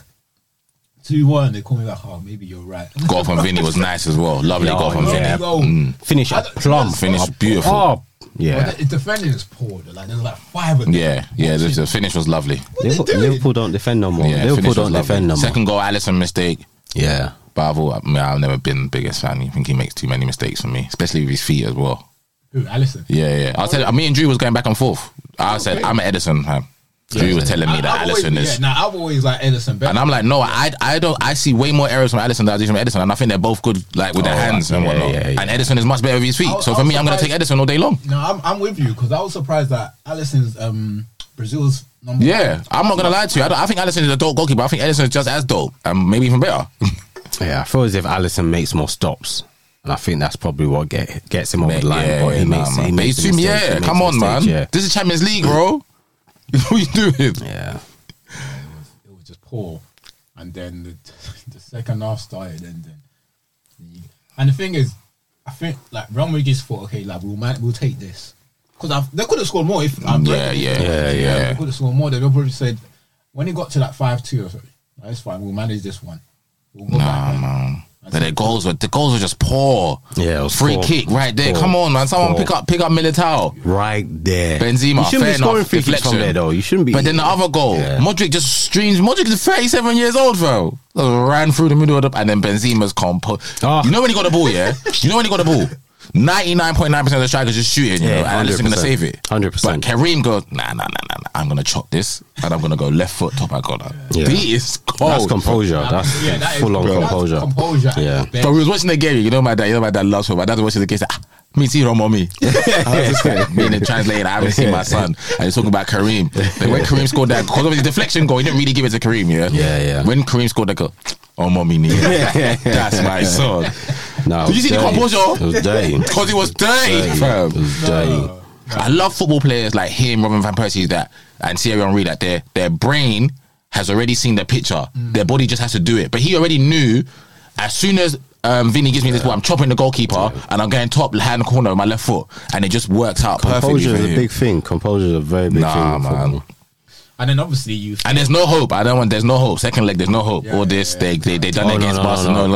Two one. They call me back. Oh, maybe you're right. Goal from Vinny was nice as well. Lovely Yeah, goal from yeah. Mm. Vinny. Yeah. Oh. Goal. Finish I up don't- plumb. Finish Up- beautiful. up. Well, Yeah. the, the defending is poor. They're Like there's like five of them. Yeah, yeah. The, the finish was lovely. they Liverpool, doing? Liverpool don't defend no more. Yeah, Liverpool finish was don't lovely. defend no more. Second goal, Allison mistake. Yeah. But I've, all, I mean, I've never been the biggest fan. I think he makes too many mistakes for me, especially with his feet as well. Who? Allison. Yeah, yeah. I said, me and Drew was going back and forth. I said, Okay. I'm an Edison fan. Drew was telling me that I've Allison always, is. Yeah, nah, I've always like Ellison better. And I'm like, no, I, I don't. I see way more errors from Edison than I do from Edison, and I think they're both good, like with their Oh, hands and yeah, whatnot. yeah, yeah. And Edison is much better with his feet. I- so I for was me, I'm gonna surprised- take Edison all day long. No, I'm, I'm with you because I was surprised that Allison's um Brazil's number. Yeah, I'm not gonna lie to you. I, don't- I think Edison is a dope goalkeeper. I think Edison is just as dope, and maybe even better. Yeah, I feel as if Allison makes more stops, and I think that's probably what get, gets him over the line. yeah, but he nah, makes, man. he But he's makes the too- mistakes, he yeah, makes come the on, man. mistakes, Yeah. This is Champions League, bro. what are you doing? yeah. It was just poor, and then the, the second half started, and then and the thing is, I think like Real Madrid just thought, okay, like we'll man, we'll take this because they could have scored more if I'm Yeah, yeah, yeah, yeah. They could have scored more. They probably said when it got to like five two or something, "Nah, it's fine. We'll manage this one. We'll go Nah, back. man. But their goals were the goals were just poor. Yeah, it was free poor. kick right there. Poor. Come on, man. Someone Poor. pick up pick up Militao. Right there, Benzema, You shouldn't fair be scoring enough, free kicks from deflection. there, though. You shouldn't be. But then the other goal, Yeah. Modric just streams. Modric is 37 years old, bro. Just ran through the middle of the, and then Benzema's compo. Ah. You know when he got the ball, yeah. you know when he got the ball. 99.9% of the strikers just shooting, you Yeah, know, and they're going to 100%. save it. 100%. But Kareem goes, nah, nah, nah, nah, nah. I'm going to chop this, and I'm going to go left foot top. I got Yeah. He is cold. that's composure. Nah, That's yeah, that is- full on bro, that's composure. Composure. Yeah. But we was watching the game. You know my dad. You know my dad loves football. My dad was watching the game. Said, ah, me see Romo me. I was just like, being a translator, I haven't seen my son. And he's talking about Kareem. Like when Kareem scored that, because of his deflection goal, he didn't really give it to Kareem. Yeah, Yeah, yeah. When Kareem scored that goal, oh mommy knee. That's my son. No, Did you see the composure? It was dirty. Because he was dirty, It fam. was dirty. I love football players like him, Robin van Persie, that and Thierry Henry. That their their brain has already seen the picture. Mm. Their body just has to do it. But he already knew as soon as. Um, Vinny gives me this ball. I'm chopping the goalkeeper, and I'm going top hand corner with my left foot, and it just works out perfectly. Composure for is a him. big thing. Composure is a very big Nah, thing. in man. football. And then obviously you. and there's no hope. I don't want. There's no hope. Second leg, there's no hope. Yeah, All this, yeah, they they they done Oh, it no, against no, no, Barcelona.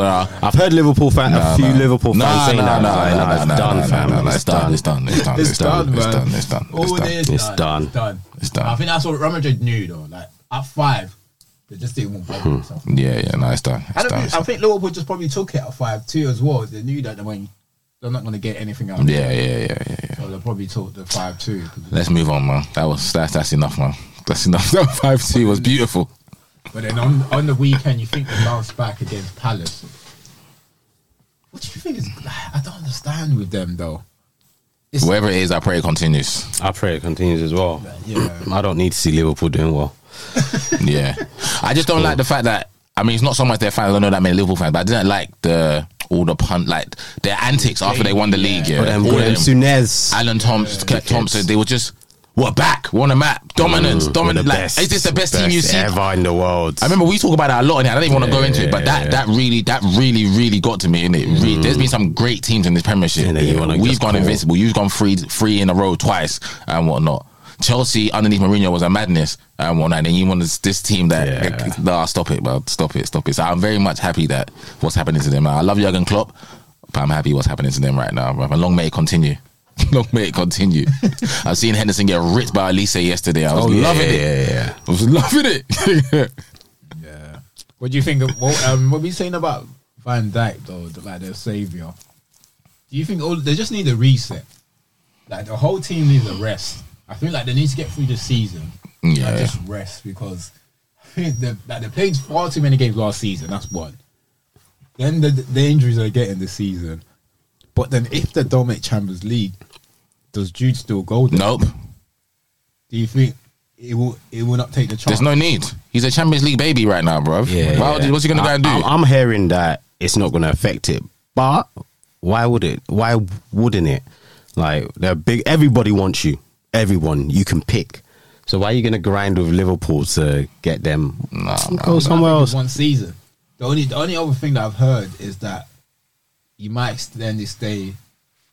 no. I've heard Liverpool fan, a few Liverpool fans Nah, saying nah, that. nah, I was like, nah, nah, it's nah, done, nah, fam. nah, nah, it's done. It's done. It's done. It's done, It's man. done. It's done. It's All done. this uh, It's done. It's done. It's done. I think that's what Real Madrid knew though. Like at five, they just didn't want to bother themselves. Yeah, yeah. No, it's done. I, don't It's done. think, It's I done. think Liverpool just probably took it at five two as well. They knew that they weren't, they're not going to get anything out. of it. Yeah, yeah, yeah, yeah, yeah. so they probably took the five two. Let's move on, man. That was that's that's enough, man. That's enough. That five two was beautiful. But then on on the weekend, you think they bounce back against Palace. What do you think is? I don't understand with them though. Wherever it is, I pray it continues. I pray it continues as well. Yeah. I don't need to see Liverpool doing well. Yeah, I just don't like the fact that I mean it's not so much their fans. I don't know that many Liverpool fans, but I didn't like the all the punt like their antics after they won the league. Yeah, But then all of Graham Oh, them. Souness. Alan Thompson, Thompson, they were just we're back, we're on the map, dominance, Mm, dominant. we're the Like, is this the best, team you see? ever in the world? I remember we talk about that a lot, and I don't even want to go Yeah, into it, but yeah, that yeah. that really that really really got to me, and it there's been some great teams in this Premiership. And then you wanna We've just gone call. invincible. You've gone three three in a row twice and whatnot. Chelsea underneath Mourinho was a madness and whatnot. And then you want this, this team that Yeah. nah, stop it, bro, stop it, stop it. So I'm very much happy that what's happening to them. I love Jurgen Klopp, but I'm happy what's happening to them right now. Bro. And long may it continue. Long may it continue. I've seen Henderson get ripped by Elise yesterday. I was Oh, yeah, loving it. yeah, yeah, yeah. I was loving it. Yeah. What do you think? Of, what, um, what were you saying about Van Dyke though? the- Like their savior. Do you think all they just need a reset? Like the whole team needs a rest. I feel like they need to get through the season. and Yeah. just rest because they, like, they played far too many games last season. That's one. Then the, the injuries they get in this season. But then if they don't make Champions League, does Jude still go there? nope. Do you think it will? It will not take the chance. There's no need. He's a Champions League baby right now, bruv. Why would- What's he gonna I, go and do? I'm, I'm hearing that it's not going to affect it, but why would it? Why wouldn't it? Like they're big. Everybody wants you. Everyone you can pick. So why are you going to grind with Liverpool to get them? Nah, go somewhere think else. it's One season. The only the only other thing that I've heard is that you might extend this stay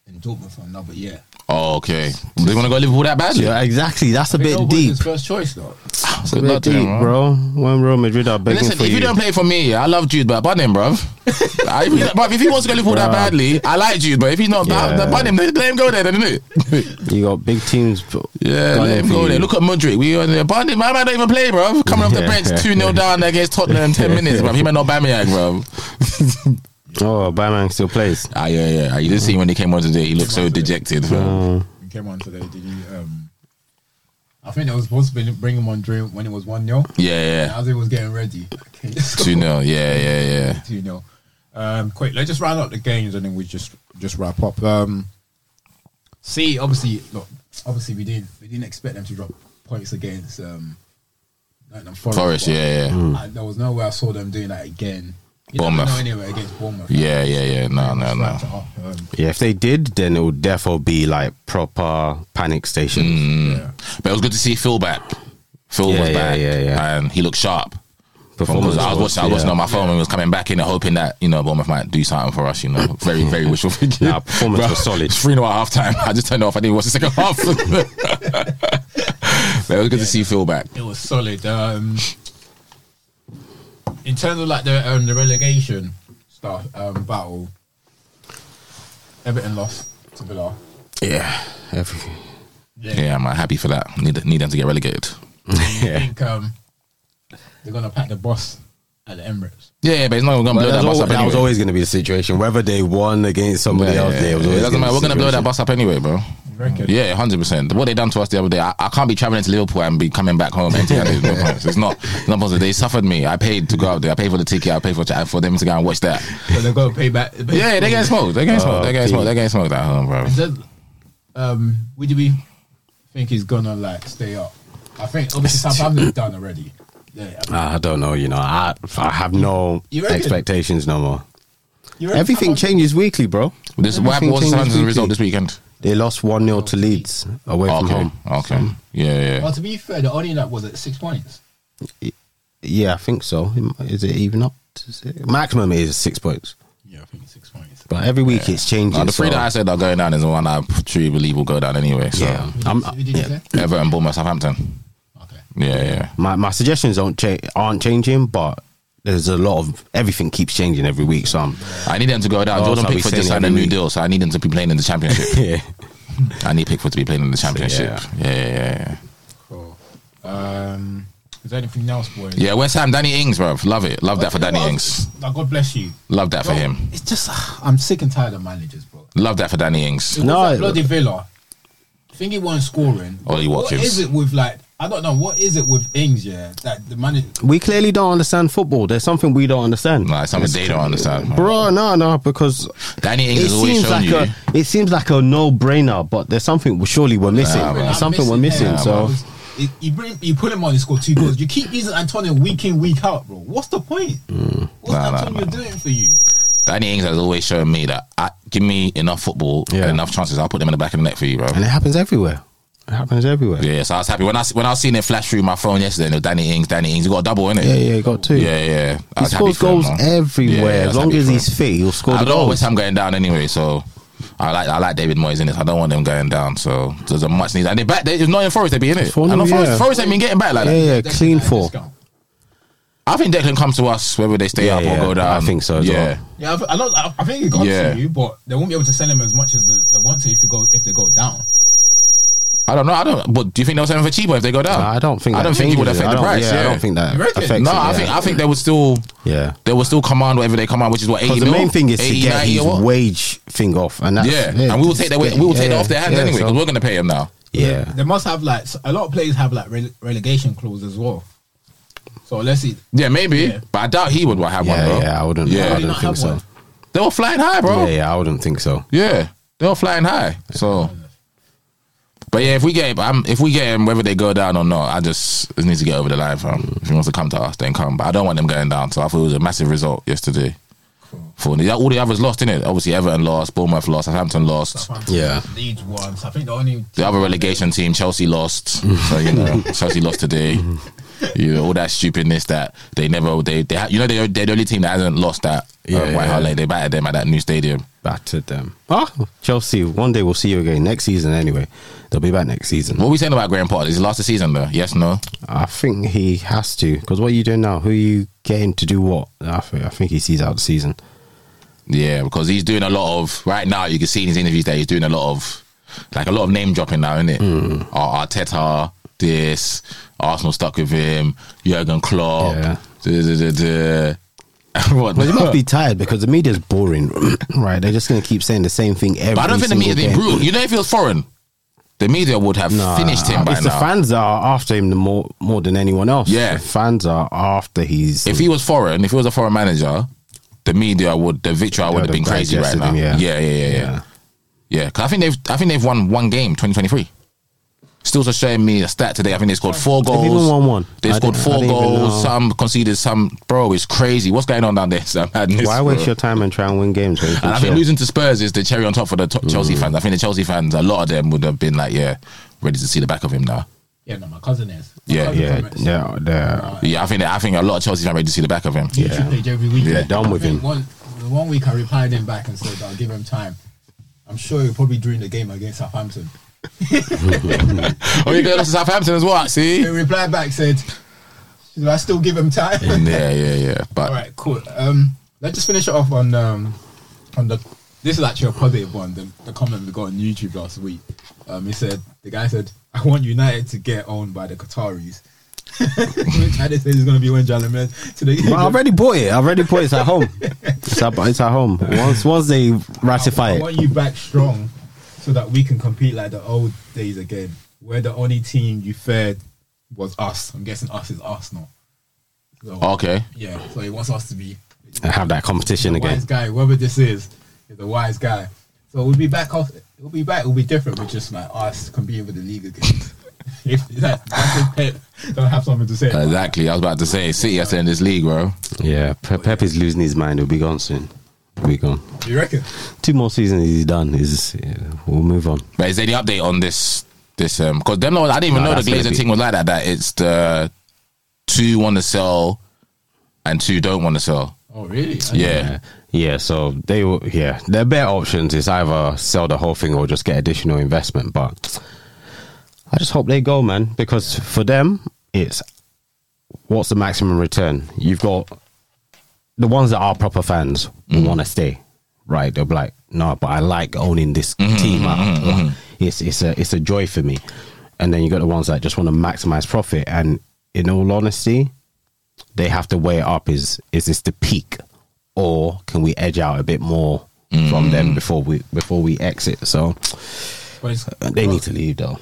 in Dortmund for another year. oh, okay. They want to go Liverpool that badly? Ah, Yeah, exactly. That's a I think bit Dortmund's deep. His first choice though. That's Good a luck to bit them, deep, man. bro. When Real Madrid are begging Listen, for if you, you, don't play for me, I love Jude, but bun him, bruv. I, if, he- but if he wants to go Liverpool that Bruh. badly, I like Jude, but if he's not, Yeah. bad, bun him. Let him go there, then, innit? you got big teams. Yeah, let him go there. Look at Mudrick. We on there. Bun him. My man don't even play, bruv. Coming off the Yeah. bench, 2 0 down against Tottenham in 10 minutes, bruv. He might not Bamiyang, bruv. Oh, Batman still plays. Ah, yeah, yeah. You didn't see him when he came on today. He looked so dejected, bruv. You came on today. Did you? Um, I think they was supposed to be bring him on during when it was one 0 Yeah, yeah. As he was getting ready, okay, let's go. Two 0 Yeah, yeah, yeah. two 0 Um, quick, let's just round up the games and then we just just wrap up. Um, see, obviously, look, obviously we didn't we didn't expect them to drop points against um, Nottingham Forest. Forest. but Yeah, yeah. I, there was no way I saw them doing that again. You Mm. Bournemouth. Never know anyway against Bournemouth. Yeah, yeah, yeah. No, no, no. Wrapped it up, um, Yeah, if they did, then it would therefore be like proper panic stations. Mm. yeah. But it was good to see Phil back. Phil Yeah, was yeah, back, yeah, yeah. and he looked sharp. Performance Because I was watching, I was watching on my phone when he was coming back in, and hoping that you know Bournemouth might do something for us. You know, very, very wishful thinking. Nah, performance was solid. It's three 0 at half time. I just turned it off. I didn't watch the second half. but it was good to see Phil back. It was solid. Um, in terms of like the um, the relegation stuff um, battle, Everton lost to Villa. Yeah, every, Yeah, I'm uh, happy for that. Need need them to get relegated. I think um, they're gonna pack the boss at the Emirates. Yeah, yeah, but it's not gonna blow But that that's bus al- up that anyway. was always going to be the situation. Whether they won against somebody Yeah, else, yeah, there was yeah. always. it doesn't matter. We're going gonna blow that bus up anyway, bro. You reckon? Yeah, hundred percent. What they done to us the other day, I, I can't be traveling to Liverpool and be coming back home empty-handed. no points. it's not, it's not possible. They suffered me. I paid to go out there. I paid for the ticket. I paid for for them to go and watch that. So they're gonna pay back. Yeah, they getting smoked. They getting smoked. They getting smoked. They getting smoked at home, bro. Then, um, would you be think he's gonna like stay up? I think obviously Southampton done already. Yeah, I mean, I don't know. You know, I I have no You reckon? expectations no more. you reckon Everything Southampton- changes weekly, bro. This what Everything happened was changes Southampton's weekly. result this weekend. They lost one 0 to Leeds away from Okay, home. okay, yeah, yeah. Well, to be fair, the only that was at six points. Yeah, I think so. Is it even up? To six? Maximum is six points, Yeah, I think it's six points. but every week it's changing. Uh, the three so- that I said are going down is the one I truly believe will go down anyway. So yeah, I'm, I'm, did you yeah. say? Everton, Bournemouth, Southampton. Okay. Yeah, yeah. My my suggestions don't cha- aren't changing, but there's a lot of everything keeps changing every week. So I'm, I need them to go down. Oh, Jordan so we Pickford just saying signed a every new week. deal, so I need them to be playing in the championship. yeah. I need Pickford to be playing in the championship. So, yeah, yeah, yeah. yeah. Cool. Um, is there anything else, boys? Yeah, West Ham, Danny Ings, bro. Love it. Love that for Danny Ings. Like, God bless you. Love that for Bro, him. It's just uh, I'm sick and tired of managers, bro. Love that for Danny Ings. It No, was like it- bloody Villa. I think he wasn't scoring. Ollie Watkins. What is it with like? I don't know. What is it with Ings? Yeah, that the manager. we clearly don't understand football. There's something we don't understand. Nah, it's something they don't understand. Bro. Bro, no, no, because Danny Ings it has always seems shown like you. a it seems like a no brainer, but there's something surely we're missing. Nah, man. There's something we're missing. yeah, so bro. It- you bring you put him on, he scored two goals. You keep using Antonio week in week out, bro. What's the point? Hmm. What's Nah, nah, Antonio doing for you? Danny Ings has always shown me that I, give me enough football, Yeah. enough chances, I'll put them in the back of the net for you, bro. and it happens everywhere. It happens everywhere. Yeah, Yeah, so I was happy when I when I was seeing it flash through my phone yesterday. No, Danny Ings, Danny Ings, he got a double in it. yeah, he got two. yeah, yeah. I He was happy scores for him, goals man. everywhere. Yeah, I as was long happy as for he's him. fit, he'll score I the don't know West goals. Ham going down anyway, so I like I like David Moyes in this. I don't want them going down, so there's a much need. And they back. They, it's not in Forest. They be in it. Four I know nil, Forest, yeah. Forest ain't been getting back like Yeah, that. yeah, Declan clean at a four. discount. I think Declan comes to us whether they stay Yeah, up or yeah, go down. I think so as yeah, Yeah, I, th- I, don't, I, I think it got Yeah. to you, but they won't be able to sell him as much as they, they want to if you go if they go down. I don't know. I don't. But do you think they'll sell him for cheaper if they go down? I don't think. I that don't think it would changes affect I the don't- price. Yeah, I don't think that You reckon? affects. No, it, I yeah. think I think they would still yeah. they will still command whatever they command, which is what eighty. Because the mil? main thing is to 80, get 90 his or E what? wage thing off, and that's, Yeah, and we will just take that. We get- will take yeah, that off their hands yeah, anyway so- because we're going to pay him now. yeah, They must have like s- a lot of players have like rele- relegation clause as well. So let's see. Yeah, maybe, Yeah. but I doubt he would have one. yeah, Bro. yeah. I wouldn't. Yeah. I Probably don't not think have so. one. They were flying high, bro. Yeah, yeah. I wouldn't think so. Yeah, they were flying high. So, but yeah, if we get um, if we get him, whether they go down or not, I just just need to get over the line for him. If he wants to come to us, then come. But I don't want them going down. So I thought it was a massive result yesterday. For all the others lost, innit? Obviously, Everton lost, Bournemouth lost, Southampton lost. Yeah. Leeds once. I think the only The other relegation team, Chelsea lost. So you know, Chelsea lost today. You know, all that stupidness that they never they they ha- you know they they're the only team that hasn't lost that. Yeah, um, White yeah. Hart Lane. They battered them at that new stadium. Battered them. Ah, Chelsea. One day we'll see you again next season. Anyway, they'll be back next season. What are we saying about Graham Potter? Is it last of season though? Yes, no. I think he has to because what are you doing now? Who are you getting to do what? I think, I think he sees out the season. Yeah, because he's doing a lot of right now. You can see in his interviews that he's doing a lot of like a lot of name dropping now, isn't it? Hmm. Ar- Arteta, this Arsenal stuck with him, Jurgen Klopp. Yeah. duh, duh, duh, duh. What? But he must be tired because the media's boring, right? They're just going to keep saying the same thing every. But I don't think the single media game. been brutal. You know, if it was foreign, The media would have Nah, finished him by Uh, it's the now. fans that are after him the more more than anyone else. Yeah. the fans are after he's. if he was foreign, if he was a foreign manager, the media would the vitriol would have have been crazy right digested now. him, yeah, yeah, yeah. yeah, yeah. yeah. Yeah. cause I think they've I think they've won one game, 2023. Stills are showing me a stat today. I think they scored four goals. even won one. They I scored didn't- I four didn't even goals. know. Some conceded. Some bro, it's crazy. What's going on down there? It's a madness, why bro. waste your time and try and win games? when you can And I chill? think losing to Spurs is the cherry on top for the top Mm. Chelsea fans. I think the Chelsea fans, a lot of them would have been like, yeah, ready to see the back of him now. Yeah, no, my cousin is. My Yeah, cousin yeah, comments. yeah, yeah. Yeah, I think I think a lot of Chelsea fans ready to see the back of him. He triples every week. Yeah, done I with think him. One, the one week I replied him back and said I'll give him time. I'm sure he'll probably during the game against Southampton. Oh, you going to Southampton as well? See? He replied back said, "Do I still give him time?" yeah, yeah, yeah. But All right, cool. Um, let's just finish it off on um, on the. This is actually a positive one. The, the comment we got on YouTube last week. Um, he said the guy said, "I want United to get owned by the Qataris." Which I did say is going to be when Jalen Mills to the But I already bought it. I already bought it. It's at home. It's at, it's at home. Once once they ratify I it, want you back strong, so that we can compete like the old days again. Where the only team you fared was us. I'm guessing us is Arsenal. So, Oh. okay. Yeah, so he wants us to be and have that competition again. wise guy, whoever this is, is a wise guy. So we'll be back off. We'll be back. We'll be different. We're just like us competing with the league again. if that, that's if Pep don't have something to say. Uh, Exactly. I was about to say City has to end this league, bro. Yeah, Pe- Pep is losing his mind. He'll be gone soon. He'll be gone. you reckon? Two more seasons. He's done. Is we'll move on. But is there any update on this? This um, because them lot, I didn't even No, know the that's Glazer maybe. thing was like that. That it's the two want to sell and two don't want to sell. Oh really? Yeah, Yeah, so they were yeah. Their better options is either sell the whole thing or just get additional investment. But I just hope they go, man, because for them it's what's the maximum return? You've got the ones that are proper fans will want to stay, right? They'll be like, no, but I like owning this team. I- It's it's a it's a joy for me. And then you got the ones that just want to maximize profit. And in all honesty, they have to weigh it up: is is this the peak, or can we edge out a bit more from them before we before we exit? So But it's, they need to leave though.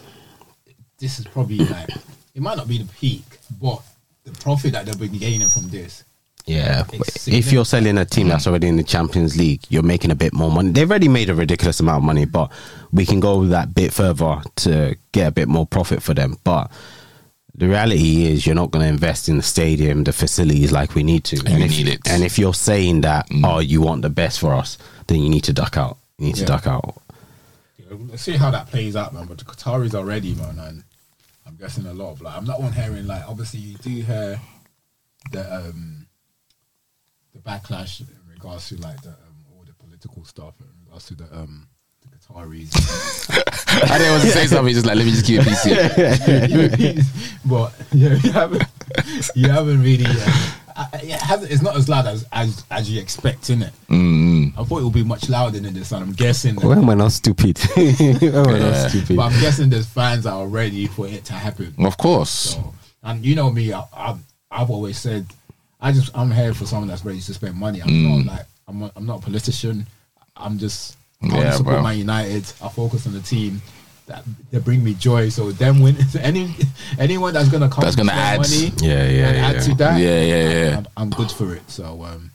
This is probably like it might not be the peak, but the profit that they'll be gaining from this. Yeah, It's if you're selling a team that's already in the Champions League, you're making a bit more money. They've already made a ridiculous amount of money, but we can go that bit further to get a bit more profit for them. But the reality is, you're not going to invest in the stadium, the facilities like we need to. And, we if, need it. And if you're saying that, oh, you want the best for us, then you need to duck out. You need Yeah. to duck out. You know, let's see how that plays out, man. But the Qataris are ready, man, and I'm guessing a lot of like I'm not one hearing like obviously you do hear the um the backlash in regards to like the um, all the political stuff in regards to the um the Qataris. I didn't want to say something. Just like let me just keep it PC. but yeah, you haven't you haven't really. Uh, I- I- it hasn't, it's not as loud as as, as you expect, in it. I thought it would be much louder than this, and I'm guessing. that- Why am I not stupid? Why am I not stupid? but I'm guessing there's fans that are ready for it to happen. Of course. So, and you know me, I, I, I've always said, I just I'm here for someone that's ready to spend money. I'm Mm. not like I'm, a, I'm not a politician. I'm just I want Yeah, to support bro. my United. I focus on the team that they bring me joy. So them win any anyone that's gonna come That's gonna and add. spend money Yeah, yeah, and yeah. add to that. Yeah, yeah, yeah. I'm, I'm good for it. So um,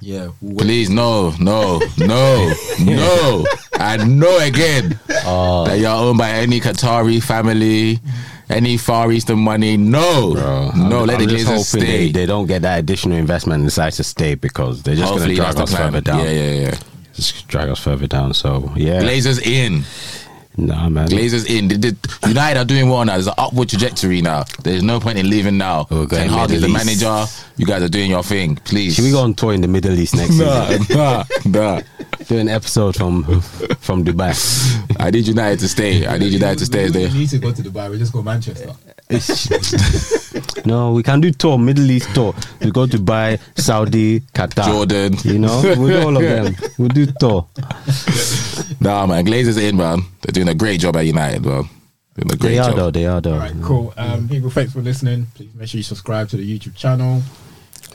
yeah, we'll wait. Please, no, no, no, no, and no again. Oh. that you're owned by any Qatari family, any Far Eastern money. No, no, I'm- let I'm the just Glazers hoping stay. They, they don't get that additional investment and decide to stay because they're just going to Hopefully, that's drag the us plan. further down. Yeah, yeah, yeah. Just drag us further down. So yeah, Glazers in. nah, man. Glazers in. They did- United are doing well now. There's an upward trajectory now. There's no point in leaving now. We're Ten going Hag is the Middle East. manager. You guys are doing your thing. Please. Should we go on tour in the Middle East next Nah, season? nah, nah. Do an episode from from Dubai. I need United to stay. I need United to We- stay. we There. need to go to Dubai. We just go Manchester. no, we can do tour Middle East tour. We go Dubai, Saudi, Qatar, Jordan. You know, we do all of them. We do tour. Nah, man. Glazers in, man. They're doing a great job at United, bro. Doing a great They are job. though. They are though. All right, cool. Um, people, thanks for listening. Please make sure you subscribe to the YouTube channel.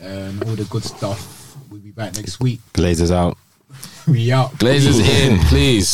Um, all the good stuff. We'll be back next week. Glazers out. We out. Glazers in, please.